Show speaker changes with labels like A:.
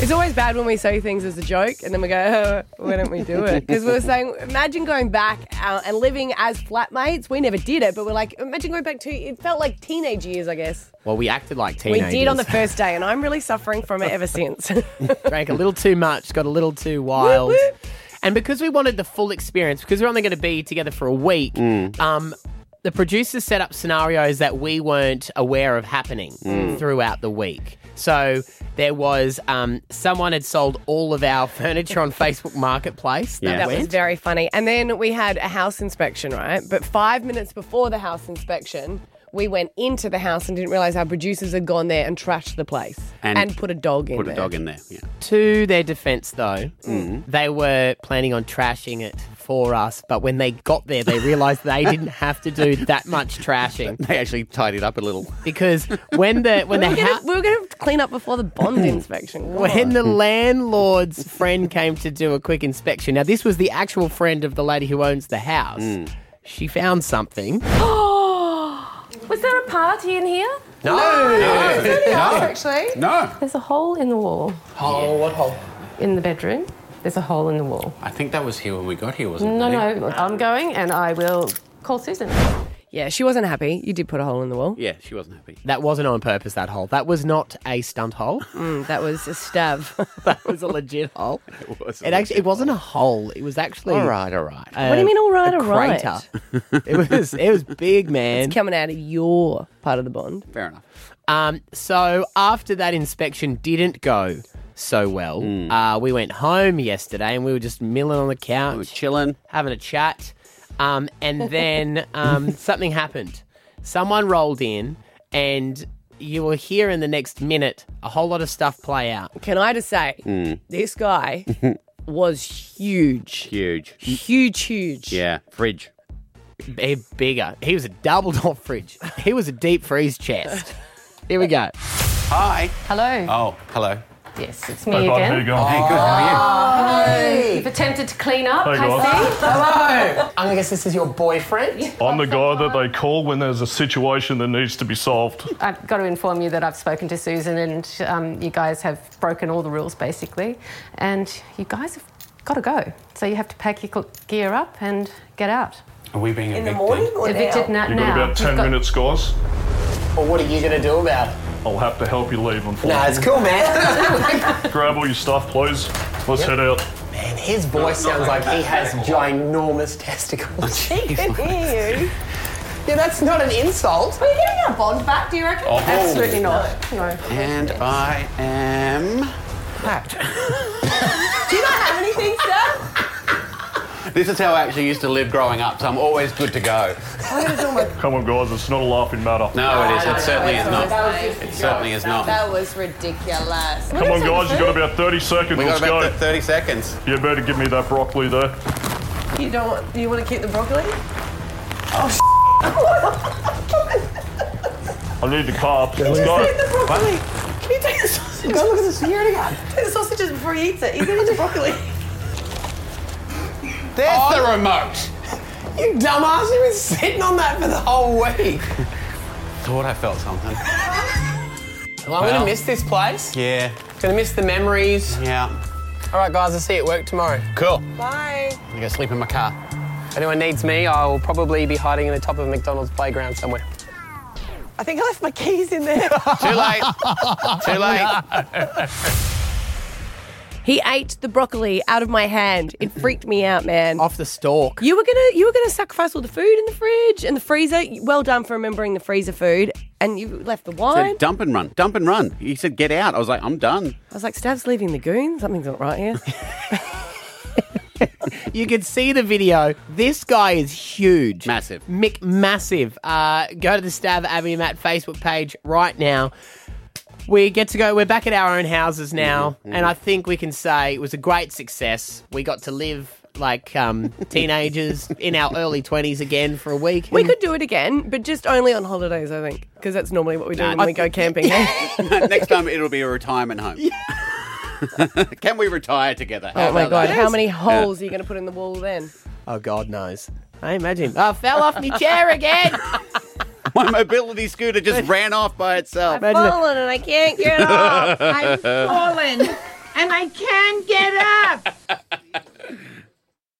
A: It's always bad when we say things as a joke and then we go, oh, why don't we do it? Because we were saying, imagine going back uh, and living as flatmates. We never did it, but we're like, imagine going back to, it felt like teenage years, I guess.
B: Well, we acted like
A: We
B: teenagers.
A: did on the first day, and I'm really suffering from it ever since.
B: drank a little too much, got a little too wild.
A: Whoop,
B: And because we wanted the full experience, because we're only going to be together for a week,
A: Mm.
B: um, the producers set up scenarios that we weren't aware of happening
A: Mm.
B: throughout the week. So there was um, someone had sold all of our furniture on Facebook Marketplace. That
A: That
B: went.
A: was very funny. And then we had a house inspection, right? But five minutes before the house inspection, we went into the house and didn't realize our producers had gone there and trashed the place and,
C: And
A: put a dog in
C: Put
A: there.
C: a dog in there. Yeah.
B: To their defense, though,
A: Mm.
B: they were planning on trashing it for us, but when they got there, they realized they didn't have to do that much trashing
C: They actually tidied up a little.
B: because when the when
A: We
B: the
A: were,
B: house
A: gonna, we were gonna clean up before the bond inspection. Come
B: when
A: on.
B: the landlord's friend came to do a quick inspection. Now, this was the actual friend of the lady who owns the house. She found something.
D: Was there a party in here?
B: No.
A: actually,
C: No.
D: There's a hole in the wall
B: Oh, what hole?
D: in the bedroom. There's a hole in the wall.
C: I think that was here when we got here, wasn't
D: No,
C: it?
D: no, I'm going and I will call Susan.
A: yeah, she wasn't happy. You did put a hole in the wall.
C: Yeah, she wasn't happy.
B: That wasn't on purpose, that hole. That was not a stunt hole.
A: Mm, that was a stab.
B: that was a legit hole.
C: It was.
B: It actually it wasn't a hole. It was actually
C: All right, all right.
B: a-
A: What do you mean, all right,
B: a
A: all right?
B: crater. it was it was big, man.
A: Coming out of your part of the bond.
C: Fair enough.
B: Um, so after that inspection didn't go so well, uh, we went home yesterday and we were just milling on the couch,
C: We were chilling.
B: having a chat, um, and then um, something happened. Someone rolled in, and you will hear in the next minute a whole lot of stuff play out.
A: Can I just say, this guy was huge,
C: Huge.
A: huge, huge.
C: Yeah. Fridge.
B: B- bigger. He was a double door fridge. He was a deep freeze chest. Here we go.
C: Hi.
D: Hello.
C: Oh, hello.
D: Yes, it's me again.
C: Hey, good. How are
D: You've attempted to clean up.
E: Hey,
D: I
E: guys.
D: see.
B: Hello. I'm gonna guess this is your boyfriend.
C: Oh.
E: I'm the guy that they call when there's a situation that needs to be solved.
D: I've got to inform you that I've spoken to Susan and um, you guys have broken all the rules basically. And you guys have got to go. So you have to pack your cl- gear up and get out.
C: you? Are we being evicted?
D: Evicted na-
E: You've
D: now.
E: got about 10
D: You've got-
E: minutes, guys.
B: Well, what are you gonna do about it?
E: I'll have to help you leave,
B: Nah,
E: unfortunately.
B: it's cool, man.
E: Grab all your stuff, please. Let's head out.
B: And his voice sounds like he has ginormous testicles.
A: He can hear you.
B: yeah, that's not an insult.
A: Are you getting our bond back, do you reckon?
D: Absolutely not. No.
C: And I am.
A: Do you not have anything, sir?
C: This is how I actually used to live growing up, so I'm always good to go.
E: Come on, guys. It's not a laughing matter.
C: No, Oh, it is. It certainly is not.
A: was,
C: It certainly is not.
A: ridiculous.
E: Come on, guys. You've got about 30 seconds.
C: We got
E: Let's
C: about
E: go.
C: th- 30 seconds.
E: You better give me that broccoli there.
A: You don't want, you want to keep the broccoli?
E: I need the carbs. Let's go.
A: broccoli. Can you take the sausage? Go look at the security guard. Take the sausages before he eats it. He's eating the broccoli.
B: There's
C: On
B: the
C: the remote.
B: you dumbass. You've been sitting on that for the whole week.
C: Thought I felt something.
B: Well, I'm gonna
C: Well.
B: miss this place.
C: Yeah.
B: Gonna miss the memories.
C: Yeah.
B: All right, guys. I'll see you at work tomorrow.
C: Cool.
A: Bye.
C: I'm gonna go sleep in my car.
B: If anyone needs me, I will probably be hiding in the top of a McDonald's playground somewhere.
A: I think I left my keys in there.
C: Too late. Too late.
A: he ate the broccoli out of my hand. It freaked me out, man.
B: Off the stalk.
A: You were gonna you were gonna sacrifice all the food in the fridge and the freezer. Well done for remembering the freezer food. And you left the wine.
C: Said, dump and run. Dump and run. He said, get out. I was like, I'm done.
A: I was like, Stav's leaving the goon. Something's not right here.
B: You can see the video. This guy is huge.
C: Massive.
B: Mick massive. Uh, go to the Stav Abby and Matt Facebook page right now. We get to go. We're back at our own houses now, and I think we can say it was a great success. We got to live like um, teenagers in our early twenties again for a week.
A: we could do it again, but just only on holidays, I think, because that's normally what we do
C: Nah,
A: when
C: I
A: we go camping.
C: Next time it'll be a retirement home. Can we retire together?
A: Oh my god, how many holes are you going to put in the wall then?
B: Oh God knows. I imagine. I fell off my chair again.
C: My mobility scooter just ran off by itself.
B: Imagine it.
A: Fallen and I can't get up. I'm fallen.
F: and I can't get